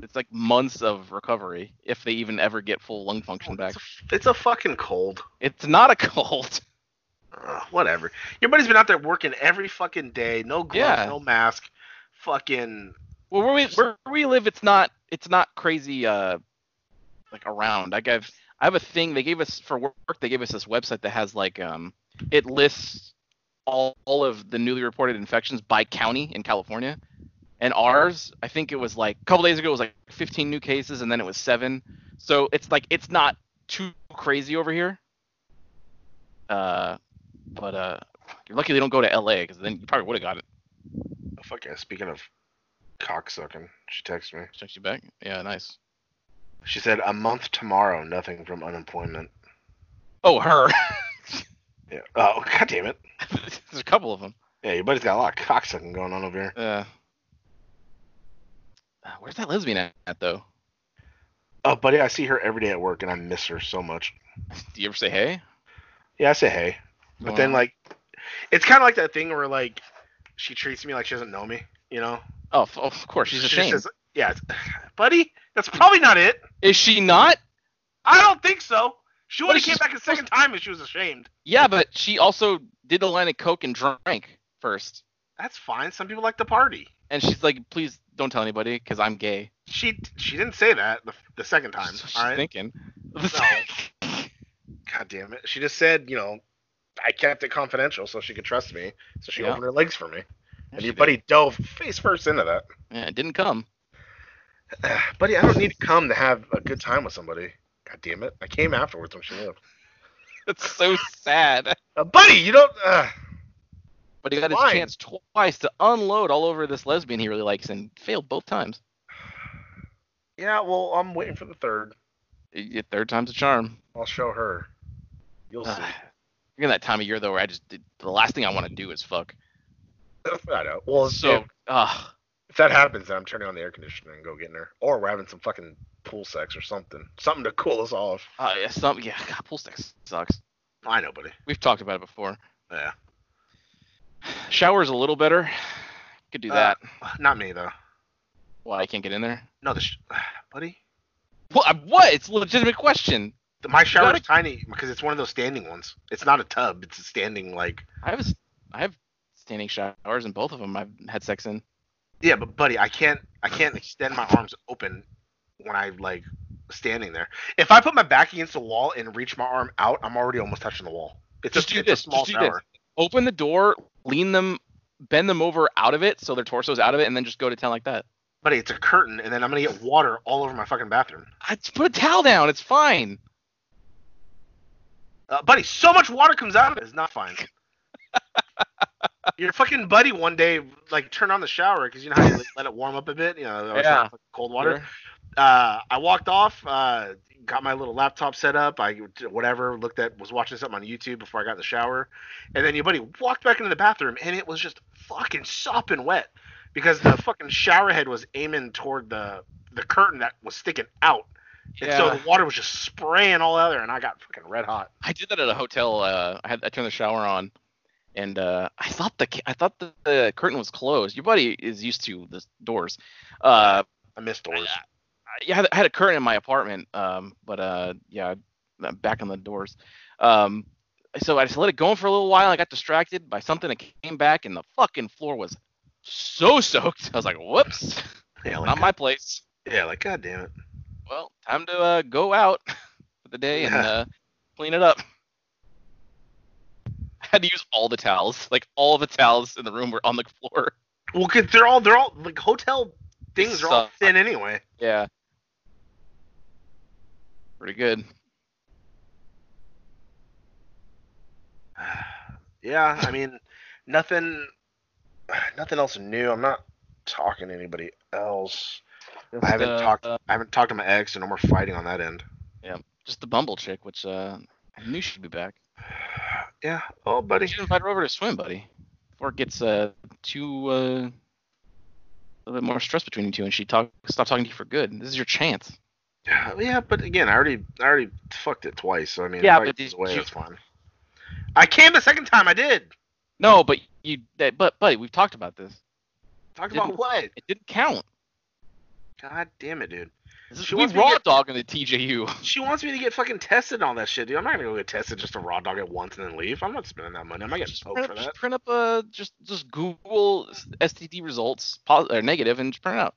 it's like months of recovery if they even ever get full lung function back.
It's a, it's a fucking cold.
It's not a cold.
Ugh, whatever. Your buddy's been out there working every fucking day. No gloves.
Yeah.
No mask. Fucking.
Well, where we where we live, it's not it's not crazy uh like around. I have I have a thing they gave us for work. They gave us this website that has like um it lists all, all of the newly reported infections by county in California. And ours, I think it was like a couple days ago, it was like 15 new cases, and then it was seven. So it's like it's not too crazy over here. Uh, but uh, you're lucky they don't go to LA because then you probably would have got it.
Oh, fucking. Speaking of cocksucking, she texted me.
Check you back. Yeah, nice.
She said a month tomorrow. Nothing from unemployment.
Oh, her.
Yeah. Oh god damn it.
There's a couple of them.
Yeah, your buddy's got a lot of cocksucking going on over here.
Uh, uh, where's that lesbian at, at, though?
Oh, buddy, I see her every day at work, and I miss her so much.
Do you ever say hey?
Yeah, I say hey, but
Well,
then like, it's kind of like that thing where like, she treats me like she doesn't know me. You know?
oh, f- of course she's
She
ashamed.
says, yeah, it's- buddy, that's probably not it.
Is she not?
I don't think so. She would
What
have
is
came
she
back a second time if she was ashamed.
Yeah, but she also did a line of coke and drank first.
That's fine. Some people like to party.
and she's like, "Please don't tell anybody, because I'm gay."
She she didn't say that the, the second time.
So she's
All right.
thinking.
God damn it. She just said, you know, I kept it confidential so she could trust me. So she
Yeah.
opened her legs for me. And
She
your
did.
buddy dove face first into that.
Yeah, it didn't come.
buddy, I don't need to come to have a good time with somebody. God damn it. I came afterwards when she lived.
That's so sad.
Uh, buddy, you don't. Uh,
But he got his
Why?
chance twice to unload all over this lesbian he really likes and failed both times.
yeah, well, I'm waiting for the third.
Y- y- Third time's a charm.
I'll show her. You'll see.
You're in that time of year though, where I just did, the last thing I want to do is fuck.
I know. Well,
So,
if,
uh,
if that happens, then I'm turning on the air conditioner and go getting her. Or we're having some fucking pool sex or something. Something to cool us off.
uh yeah, some yeah, God, pool sex sucks.
I know, buddy.
We've talked about it before.
Yeah.
Shower's a little better. Could do
Uh,
that.
Not me, though.
Why I can't get in there?
No, the sh- buddy.
Well, I- what? It's a legitimate question.
The- My shower's
gotta-
tiny because it's one of those standing ones. It's not a tub. It's a standing like.
I have a s I have standing showers, and both of them I've had sex in.
Yeah, but buddy, I can't. I can't extend my arms open when I like standing there. If I put my back against the wall and reach my arm out, I'm already almost touching the wall. It's
Just
a,
do
it's a
this, just
small
do this.
shower.
Open the door, lean them, bend them over out of it, so their torso's out of it, and then just go to town like that.
Buddy, it's a curtain, and then I'm gonna get water all over my fucking bathroom.
I just put a towel down. It's fine.
Uh, buddy, so much water comes out of it. It's not fine. Your fucking buddy one day like turned on the shower because you know how you like, let it warm up a bit. You know, always
Yeah.
have, like, cold water. uh, I walked off, uh, got my little laptop set up. I whatever looked at was watching something on YouTube before I got in the shower, and then your buddy walked back into the bathroom, and it was just fucking sopping wet because the fucking shower head was aiming toward the the curtain that was sticking out, and
Yeah.
so the water was just spraying all out there, and I got fucking red hot.
I did that at a hotel. Uh, I had I turned the shower on, and uh, I thought the ca- I thought the, the curtain was closed. Your buddy is used to the doors. Uh,
I missed doors.
I- I- yeah, I had- I had a curtain in my apartment, um, but uh, yeah, I'm back on the doors. Um, so I just let it go for a little while. I got distracted by something. I came back, and the fucking floor was so soaked. I was like, "Whoops,
Yeah, like,
not Oh my place."
yeah, like god damn it.
Well, time to uh, go out for the day and
Yeah.
uh, clean it up. I had to use all the towels. Like all the towels in the room were on the floor.
Well, cause they're all they're all like hotel things are all
Suck.
thin anyway.
Yeah, pretty good.
Yeah, I mean, nothing, nothing else new. I'm not talking to anybody else. I haven't
uh,
talked. I haven't talked to my ex, and no more fighting on that end.
just the Bumble chick, which uh, I knew she'd be back.
Yeah. Oh,
You
buddy.
should invite her over to swim, buddy, before it gets uh, too uh, a little bit more stress between you two, and she talk stop talking to you for good. This is your chance.
Yeah, but again, I already, I already fucked it twice. So I mean,
Yeah,
if I
but
get this
did
way,
you-
it's fine. I came the second time. I did.
No, but you, that, but buddy, we've talked about this.
Talked
Didn't-
about what?
It didn't count.
God damn it, dude.
This is,
She
we
wants me to
raw
get-
dog in the TJU.
She wants me to get fucking tested and all that shit, dude. I'm not gonna go get tested just to raw dog it once and then leave. I'm not spending that money. I'm not getting
just
poked
print,
for
up,
that.
just print up a just just Google STD results positive or negative and just print it out.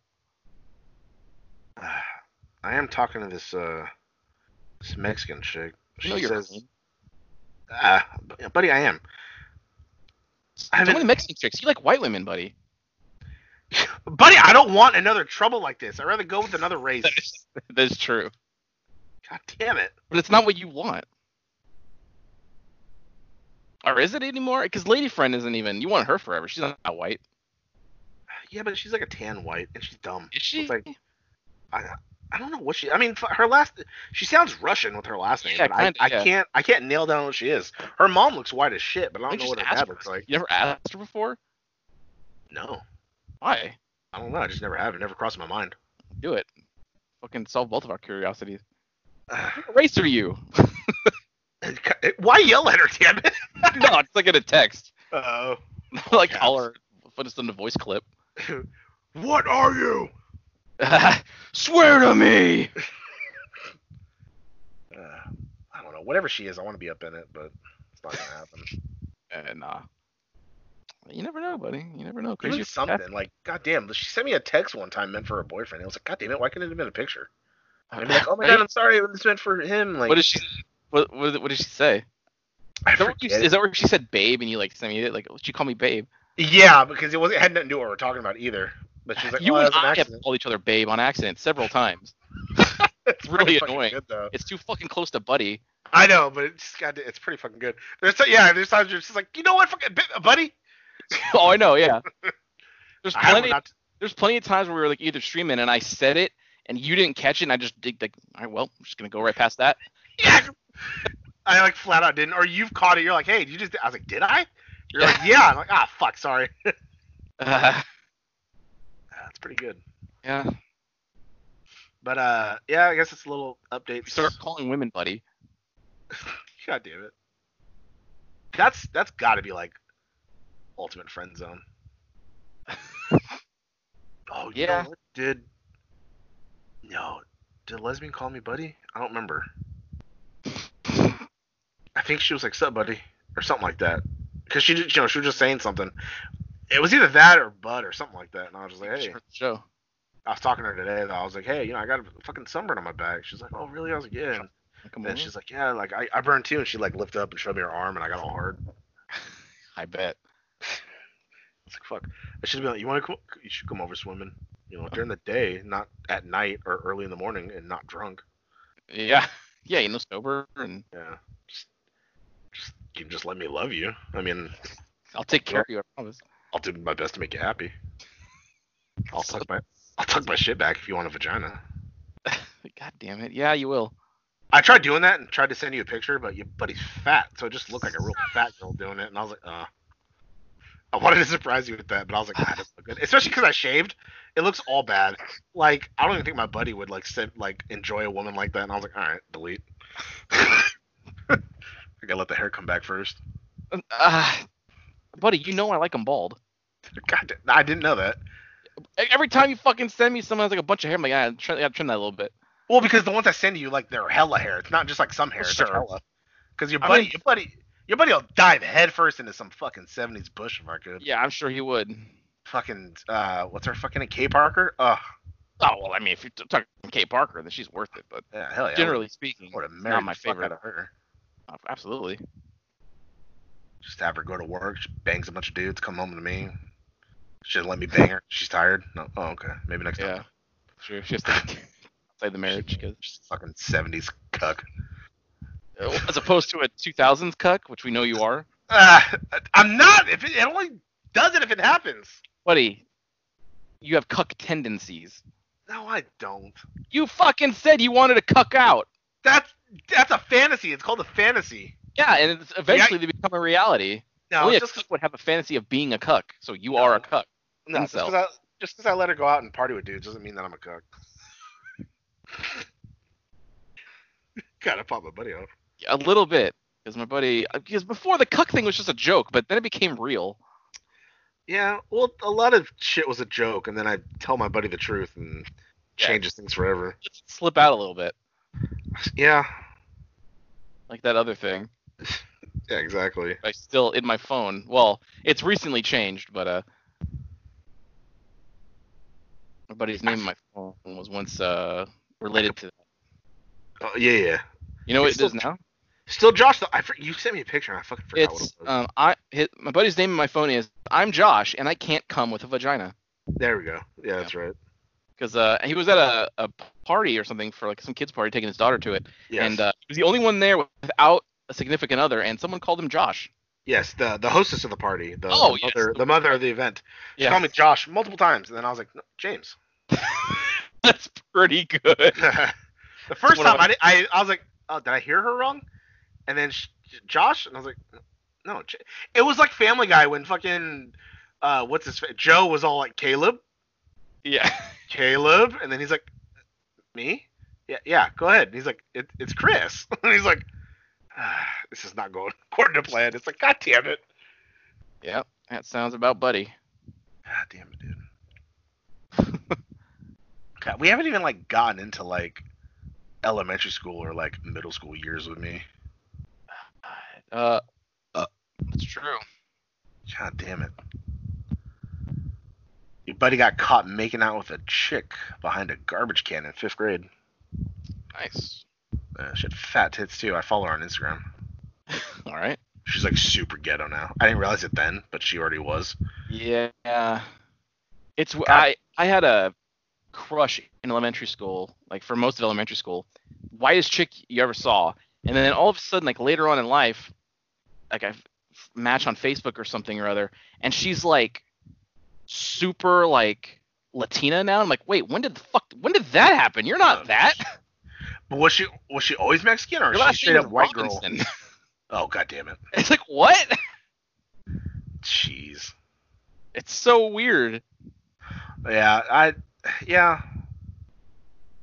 I am talking to this uh this Mexican chick. She
You know you're
says,
clean.
ah, buddy, I am. I
so
haven't-
many Mexican chicks. You like white women, buddy.
Buddy, I don't want another trouble like this. I'd rather go with another race.
That is, that is true,
God damn it.
but it's not what you want. Or is it anymore? Because lady friend isn't even. You want her forever. She's not white,
Yeah, but she's like a tan white and she's dumb.
is she?
It's like- I don't know what she. I mean, f- her last. She sounds Russian with her last name,
Yeah,
but I,
kinda,
I
yeah.
can't. I can't nail down what she is. Her mom looks white as shit, but I don't
think
know
she's
what her
asked
dad
for
looks like.
you never asked her before.
No,
Why?
I don't know. I just never have. It never crossed my mind.
Do it. Fucking solve both of our curiosities.
Uh,
What race are you?
why yell at her, damn it?
no, it's like in a text.
Uh,
like
Yes.
call her. Put us in the voice clip.
what are you?
Swear to me.
Uh, I don't know. Whatever she is, I want to be up in it, but it's not gonna happen.
Uh, nah. You never know, buddy. You never know.
Doing
Crazy
something like, goddamn. She sent me a text one time meant for her boyfriend. It was like, goddamn it, why couldn't it have been a picture? And
Uh,
I'd be like, oh my god, I'm sorry, this meant for him. Like,
What did she? What, what, did- what did she say?
I
Is that, what you,
forget.
is that where she said babe and you like sent me it? Like she called me babe.
Yeah, because it wasn't it had nothing to do with what we're talking about either. But she's like,
you
oh,
and
that was an
I have
accident.
called each other babe on accident several times.
it's
really
pretty fucking
annoying.
Good, though.
It's too fucking close to buddy.
I know, but it's got it's pretty fucking good. There's so, yeah, there's times you're just like, you know what, fucking bit- buddy.
oh, I know. Yeah. There's
I will
plenty.
not-
There's plenty of times where we were like either streaming and I said it and you didn't catch it and I just did like, all right, well, I'm just gonna go right past that.
yeah. I like flat out didn't, or you've caught it. You're like, hey, did you just. I was like, did I? You're like, yeah. I'm like, ah, fuck, sorry. That's pretty good.
yeah.
But uh, yeah, I guess it's a little update.
Start calling women buddy.
God damn it. That's that's got to be like ultimate friend zone. oh you know
Yeah.
what? Did no? Did lesbian call me buddy? I don't remember. I think she was like sub buddy or something like that. Cause she did, you know, she was just saying something. It was either that or bud or something like that, and I was just like, hey.
Start the Show.
I was talking to her today. Though. I was like, hey, you know, I got a fucking sunburn on my back. She's like, oh really? I was like, yeah. And
Come
then
on.
she's like, yeah, like I, I burned too. And she like lifted up and showed me her arm, and I got all hard.
I bet.
It's like fuck. I should be like, you want to come? You should come over swimming. You know, during the day, not at night or early in the morning, and not drunk.
Yeah. Yeah, you know, sober, and
Yeah. Just, just you can just let me love you. I mean,
I'll take care of you. I promise.
I'll do my best to make you happy. I'll
So-
tuck my I'll tuck my shit back if you want a vagina.
God damn it. Yeah, you will.
I tried doing that and tried to send you a picture, but your buddy's fat, so it just looked like a real fat girl doing it, and I was like, uh. I wanted to surprise you with that, but I was like, ah, that's not good. Especially because I shaved, it looks all bad. Like I don't even think my buddy would like sit, like enjoy a woman like that, and I was like, all right, delete. I gotta let the hair come back first.
Uh, buddy, you know I like them bald.
God, damn- I didn't know that.
E- Every time you fucking send me someone has like a bunch of hair, I'm like, I gotta trim, I gotta trim that a little bit.
Well, because the ones I send you, like they're hella hair. It's not just like some hair. It's like
Sure.
hella. Because your
I
buddy,
mean-
your buddy, your buddy'll dive headfirst into some fucking seventies bush if I could.
Yeah, I'm sure he would.
Fucking uh, what's her fucking name? Kay Parker? Ugh.
Oh well, I mean, if you're t- talking Kate Parker, then she's worth it. But
Yeah, hell yeah.
generally speaking,
would have
it's
married
not my
the fuck
favorite.
out of her.
Uh, Absolutely.
Just have her go to work. She bangs a bunch of dudes. Come home to me. She doesn't let me bang her. She's tired. No. Oh, okay. Maybe next time.
Yeah. Sure. She has to outside the marriage, 'cause-
She's a fucking seventies cuck.
as opposed to a 2000s cuck, which we know you are,
Uh, I'm not. If it, it only does it if it happens.
buddy. You have cuck tendencies.
No, I don't.
You fucking said you wanted to cuck out.
That's that's a fantasy. It's called a fantasy.
Yeah, and it's eventually they become a reality.
No,
Only a
just
cuck would have a fantasy of being a cuck, so you are a cuck.
no, just
himself.
because I just 'cause I let her go out and party with dudes doesn't mean that I'm a cook. Gotta pop my buddy off.
A little bit. because my buddy because before the cuck thing was just a joke, but then it became real.
Yeah, well, a lot of shit was a joke, and then I tell my buddy the truth and
Yeah.
changes things forever.
It slip out a little bit,
Yeah,
like that other thing.
yeah, exactly.
I still in my phone. Well, it's recently changed, but uh, my buddy's name in my phone was once uh related to.
Oh, yeah, yeah.
You know what
It's
it is now?
Still, Josh, though, I, for- you sent me a picture, and I fucking forgot what
It's
it was.
um I his, my buddy's name in my phone is I'm Josh and I can't come with a vagina
there we go. Yeah, that's right.
because uh he was at a, a party or something for like some kids party taking his daughter to it
Yes.
and uh, he was the only one there without a significant other and someone called him Josh.
yes, the the hostess of the party, the,
Oh,
the
yes.
mother, the mother of the event. She
Yeah,
called me Josh multiple times, and then I was like, no, James.
that's pretty good.
the first
one of
time I, did, I I was like, oh, did I hear her wrong? And then sh Josh, and I was like, no, J-. it was like Family Guy when fucking uh, what's his fa- Joe was all like Caleb,
Yeah.
Caleb, and then he's like, me? Yeah, yeah, go ahead. And he's like, it, it's Chris, and he's like, ah, this is not going according to plan. It's like, god damn it,
Yep. That sounds about buddy.
god damn it, dude. God, we haven't even like gotten into like elementary school or like middle school years with me.
Uh, that's true.
God damn it. Your buddy got caught making out with a chick behind a garbage can in fifth grade.
Nice.
Uh, she had fat tits too. I follow her on Instagram.
All right.
She's like super ghetto now. I didn't realize it then, but she already was.
Yeah. It's I I had a crush in elementary school, like for most of elementary school, whitest chick you ever saw, and then all of a sudden, like later on in life, like I match on Facebook or something or other, and she's like super like Latina now. I'm like, wait, when did the fuck? When did that happen? You're
Uh,
not that.
Um, But was she was she always Mexican or
Your
was
last
she straight
name
up
is
white girl?
Robinson.
Oh god damn it.
It's like what?
Jeez.
It's so weird.
Yeah, I yeah.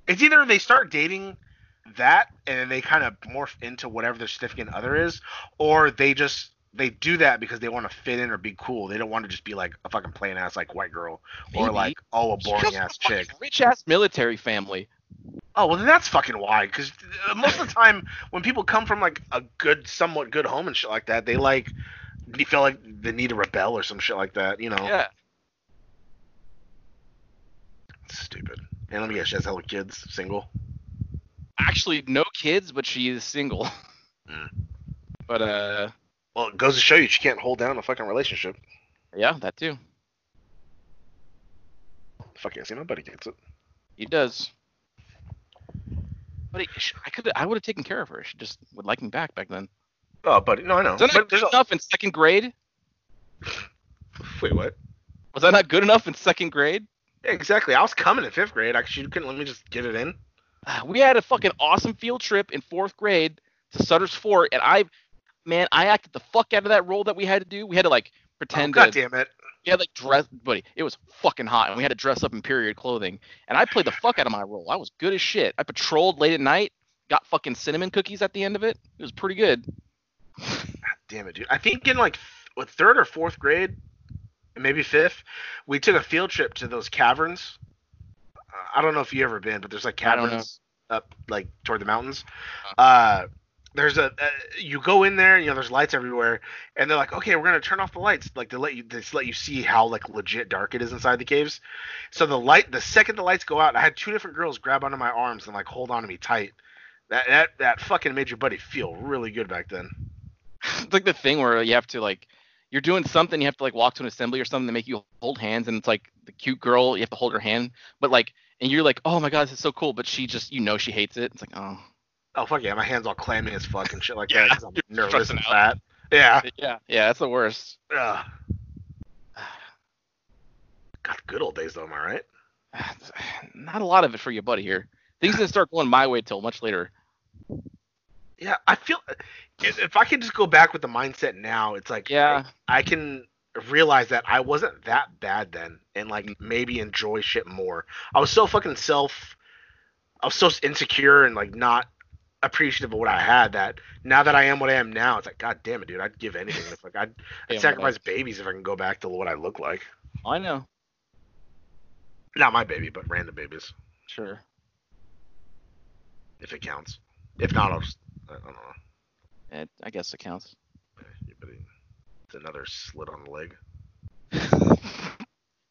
It's either they start dating that and then they kind of morph into whatever their significant other is, or they just they do that because they want to fit in or be cool. They don't want to just be like a fucking plain ass like white girl or
Maybe.
like oh a
She
boring
comes
ass
from a
chick.
Rich ass military family.
Oh well, then that's fucking why. Because most of the time when people come from like a good, somewhat good home and shit like that, they like they feel like they need to rebel or some shit like that. You know,
Yeah.
stupid. And let me guess, she has hella kids, single.
Actually, no kids, but she is single.
Mm.
But uh,
Well, it goes to show you she can't hold down a fucking relationship.
yeah, that too.
Fuck yeah, see, my buddy gets it.
He does. But it, sh- I could, I would have taken care of her. She just would like me back back then.
Oh, buddy, no, I know.
Was that not
But
good
there's a-
enough in second grade?
Wait, what?
Was that not good enough in second grade?
Yeah, exactly. I was coming in fifth grade. I, she couldn't let me just get it in.
Ah, We had a fucking awesome field trip in fourth grade to Sutter's Fort, and I, man, I acted the fuck out of that role that we had to do. We had to like
Oh,
pretend to
God damn it.
We had like dress, buddy. It was fucking hot, and we had to dress up in period clothing. And I played the fuck out of my role. I was good as shit. I patrolled late at night, got fucking cinnamon cookies at the end of it. It was pretty good.
God damn it, dude. I think in like th- what, third or fourth grade, maybe fifth, we took a field trip to those caverns. Uh, I don't know if you ever been, but there's like
I don't know. Uh-huh.
caverns up like toward the mountains. Uh, there's a uh, you go in there, you know, there's lights everywhere, and they're like, okay, we're gonna turn off the lights, like to let you just let you see how like legit dark it is inside the caves. So the light, the second the lights go out, I had two different girls grab onto my arms and like hold onto me tight. That that that fucking made your buddy feel really good back then.
it's like the thing where you have to like, you're doing something, you have to like walk to an assembly or something to make you hold hands, and it's like the cute girl, you have to hold her hand, but like, and you're like, oh my god, this is so cool, but she just, you know, she hates it. It's like, oh,
Oh fuck yeah, my hands all clammy as fuck and shit like
Yeah,
that. 'cause I'm nervous
stressing
and fat.
out.
Yeah.
yeah, yeah, that's the worst.
Ugh. God, good old days though, am I right?
Not a lot of it for your buddy here. Things didn't start going my way till much later.
Yeah, I feel if if I could just go back with the mindset now, it's like
Yeah.
I can realize that I wasn't that bad then, and like
Mm-hmm.
maybe enjoy shit more. I was so fucking self, I was so insecure and like not appreciative of what I had. That now that I am what I am now, it's like, God damn it, dude, I'd give anything. If like I'd,
Yeah,
I'd sacrifice babies if I can go back to what I look like.
I know.
Not my baby, but random babies,
Sure.
if it counts. If not, I'll just I don't know.
It, I guess it counts.
Yeah, but It's another slit on the leg.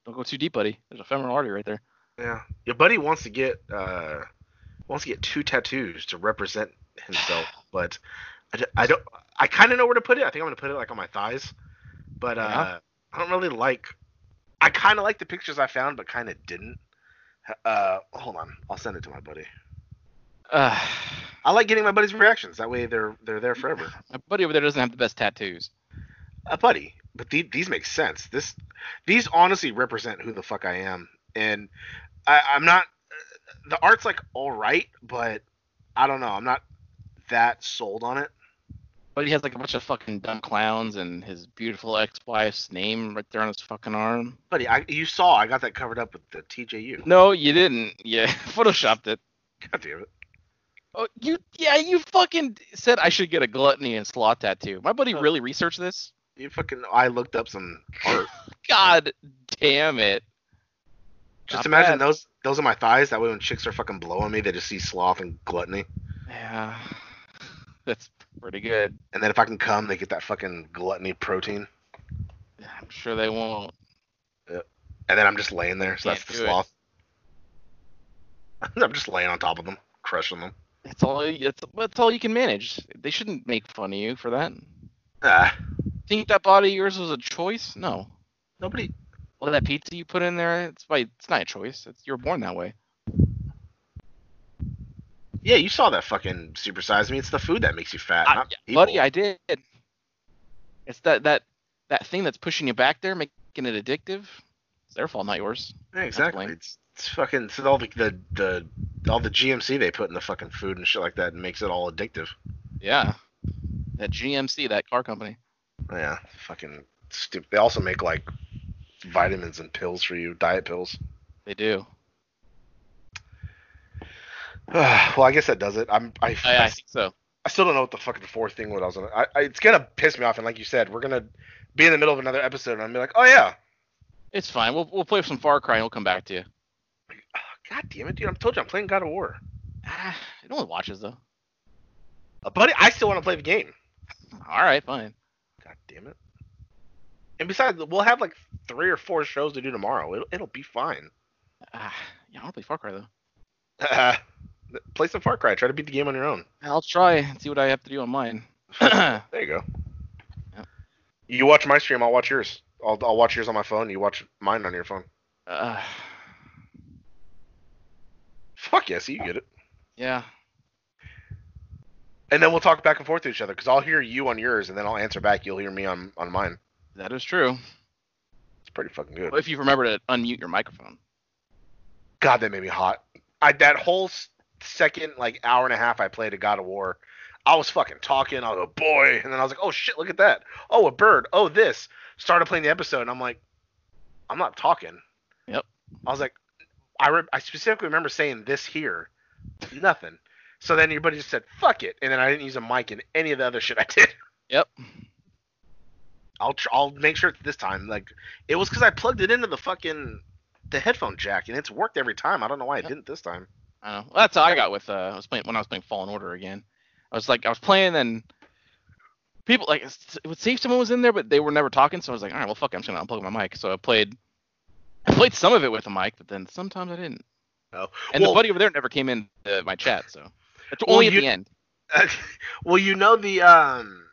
Don't go too deep, buddy. There's a femoral artery right there.
Yeah, your buddy wants to get uh wants to get two tattoos to represent himself, but I, d- I don't. I kind of know where to put it. I think I'm gonna put it like on my thighs, but uh,
Yeah.
I don't really like. I kind of like the pictures I found, but kind of didn't. Uh, hold on, I'll send it to my buddy.
Uh,
I like getting my buddy's reactions. That way, they're they're there forever.
my buddy over there doesn't have the best tattoos.
a Uh, buddy. But the, these make sense. This these honestly represent who the fuck I am, and I, I'm not. uh, The art's like all right, but I don't know. I'm not that sold on it.
But he has like a bunch of fucking dumb clowns and his beautiful ex-wife's name right there on his fucking arm.
Buddy, I, you saw I got that covered up with the TJU.
No, you didn't. Yeah, photoshopped it.
God damn it.
Oh, you yeah, you fucking said I should get a gluttony and sloth tattoo. My buddy really researched this.
You fucking. I looked up some art.
God damn it.
Just
Not
imagine
bad.
those. Those are my thighs. That way, when chicks are fucking blowing me, they just see sloth and gluttony.
Yeah, that's pretty good.
And then if I can come, they get that fucking gluttony protein.
I'm sure they won't.
And then I'm just laying there. So
Can't
that's the
do it.
sloth. I'm just laying on top of them, crushing them.
That's all. That's, that's all you can manage. They shouldn't make fun of you for that.
Ah,
Think that body of yours was a choice? No.
nobody.
Well, that pizza you put in there, it's by, it's not a choice. It's, you were born that way.
Yeah, you saw that fucking supersize me. It's the food that makes you fat,
I-
not
yeah,
people.
buddy, I did. It's that that that thing that's pushing you back there, making it addictive. It's their fault, not yours.
Yeah, exactly.
blame.
It's, it's fucking. It's all the, the the all the GMC they put in the fucking food and shit like that makes it all addictive.
Yeah. That GMC, that car company.
Yeah, fucking stupid. They also make like vitamins and pills for you, diet pills.
They do.
well, I guess that does it. I'm I,
Oh, I, I think so.
I still don't know what the fucking fourth thing was. I was gonna, I, I, it's gonna piss me off, and like you said, we're gonna be in the middle of another episode, and I'm gonna be like, oh yeah,
It's fine. We'll we'll play some Far Cry and we'll come back to you.
Oh, God damn it, dude! I'm told you I'm playing God of War.
Ah, no one watches though.
Uh, buddy, I still want to play the game.
All right, fine.
God damn it. And besides, we'll have like three or four shows to do tomorrow. It'll, it'll be fine.
Ah, yeah, I want to play Far Cry though.
play some Far Cry. Try to beat the game on your own.
I'll try and see what I have to do on mine. yeah,
There you go.
Yep.
You watch my stream. I'll watch yours. I'll, I'll watch yours on my phone. You watch mine on your phone.
uh,
Fuck yeah, see, you get it.
yeah.
And then we'll talk back and forth to each other because I'll hear you on yours and then I'll answer back. You'll hear me on, on mine.
That is true.
It's pretty fucking good.
If you remember to unmute your microphone.
God, that made me hot. I that whole s- second like hour and a half I played a God of War, I was fucking talking. I was like, boy, and then I was like, oh shit, look at that. Oh, a bird. Oh, this. Started playing the episode, and I'm like, I'm not talking.
Yep.
I was like, I re- I specifically remember saying this here, nothing. So then your buddy just said, fuck it, and then I didn't use a mic in any of the other shit I did.
Yep.
I'll tr- I'll make sure this time. Like it was because I plugged it into the fucking the headphone jack and it's worked every time. I don't know why it
Yep.
didn't this time.
I don't know. That's how I got with uh, I was playing when I was playing Fallen Order again. I was like, I was playing and people like it's- it would seem someone was in there, but they were never talking. So I was like, all right, well, fuck, it, I'm just gonna unplug my mic. So I played, I played some of it with a mic, but then sometimes I didn't.
Oh.
And
Well-
the buddy over there never came in uh, my chat, so it's
Well,
only at
you-
the end.
well, you know the um,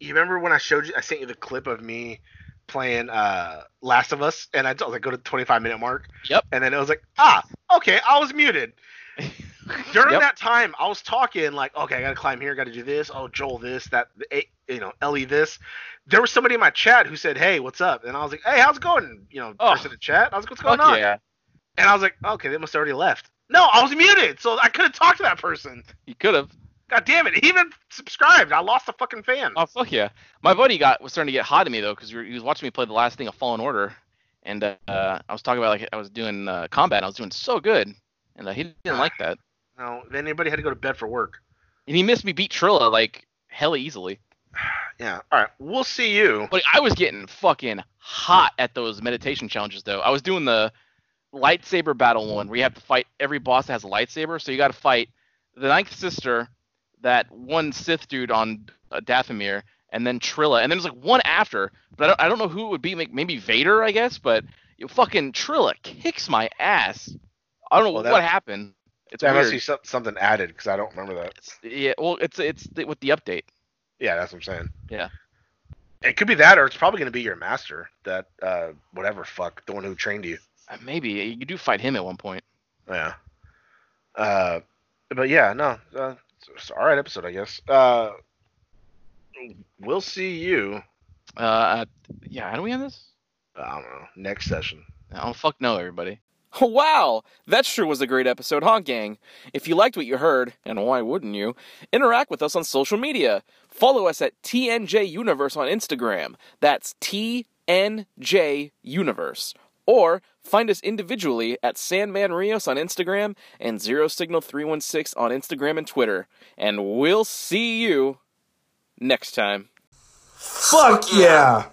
you remember when I showed you? I sent you the clip of me playing uh Last of Us, and I, told- I was like, go to 25 minute mark.
Yep.
And then it was like, ah, okay, I was muted. During
Yep.
that time, I was talking like, okay, I gotta climb here, gotta do this. Oh, Joel, this, that, eh, you know, Ellie, this. There was somebody in my chat who said, hey, what's up? And I was like, hey, how's it going? You know,
Oh.
person in chat. I was like, what's going
Fuck
on?
yeah,
And I was like, okay, they must have already left. No, I was muted, so I could have talked to that person.
you could have.
God damn it! He even subscribed. I lost a fucking fan.
Oh fuck yeah! My buddy got was starting to get hot at me though, because he was watching me play the last thing of Fallen Order, and uh, I was talking about like I was doing uh, combat, and I was doing so good, and uh, he didn't like that.
No, then anybody had to go to bed for work.
And he missed me beat Trilla like hella easily.
Yeah. All right. We'll see you.
But I was getting fucking hot at those meditation challenges though. I was doing the lightsaber battle one where you have to fight every boss that has a lightsaber. So you got to fight the Ninth Sister, that one Sith dude on uh, Dathomir, and then Trilla, and then there's like one after. But I don't, I don't know who it would be. Like maybe Vader, I guess. But you fucking Trilla kicks my ass. I don't know
Well, that-
what happened. It's
That
weird.
must be some, something added because I don't remember that.
It's- yeah, well, it's it's the, with the update.
Yeah, that's what I'm saying.
Yeah.
It could be that, or it's probably going to be your master, that uh, whatever fuck, the one who trained you.
Uh, Maybe you do fight him at one point.
Yeah. Uh, but yeah, no, uh, it's, it's all right episode, I guess. Uh, we'll see you.
Uh, yeah. How do we end this?
I don't know. Next session.
Oh fuck no, everybody.
Wow, that sure was a great episode, huh, gang? If you liked what you heard, and why wouldn't you, interact with us on social media. Follow us at TNJ Universe on Instagram. That's TNJ Universe. Or find us individually at Sandman Rios on Instagram and Zero Signal 316 on Instagram and Twitter. And we'll see you next time.
Fuck yeah.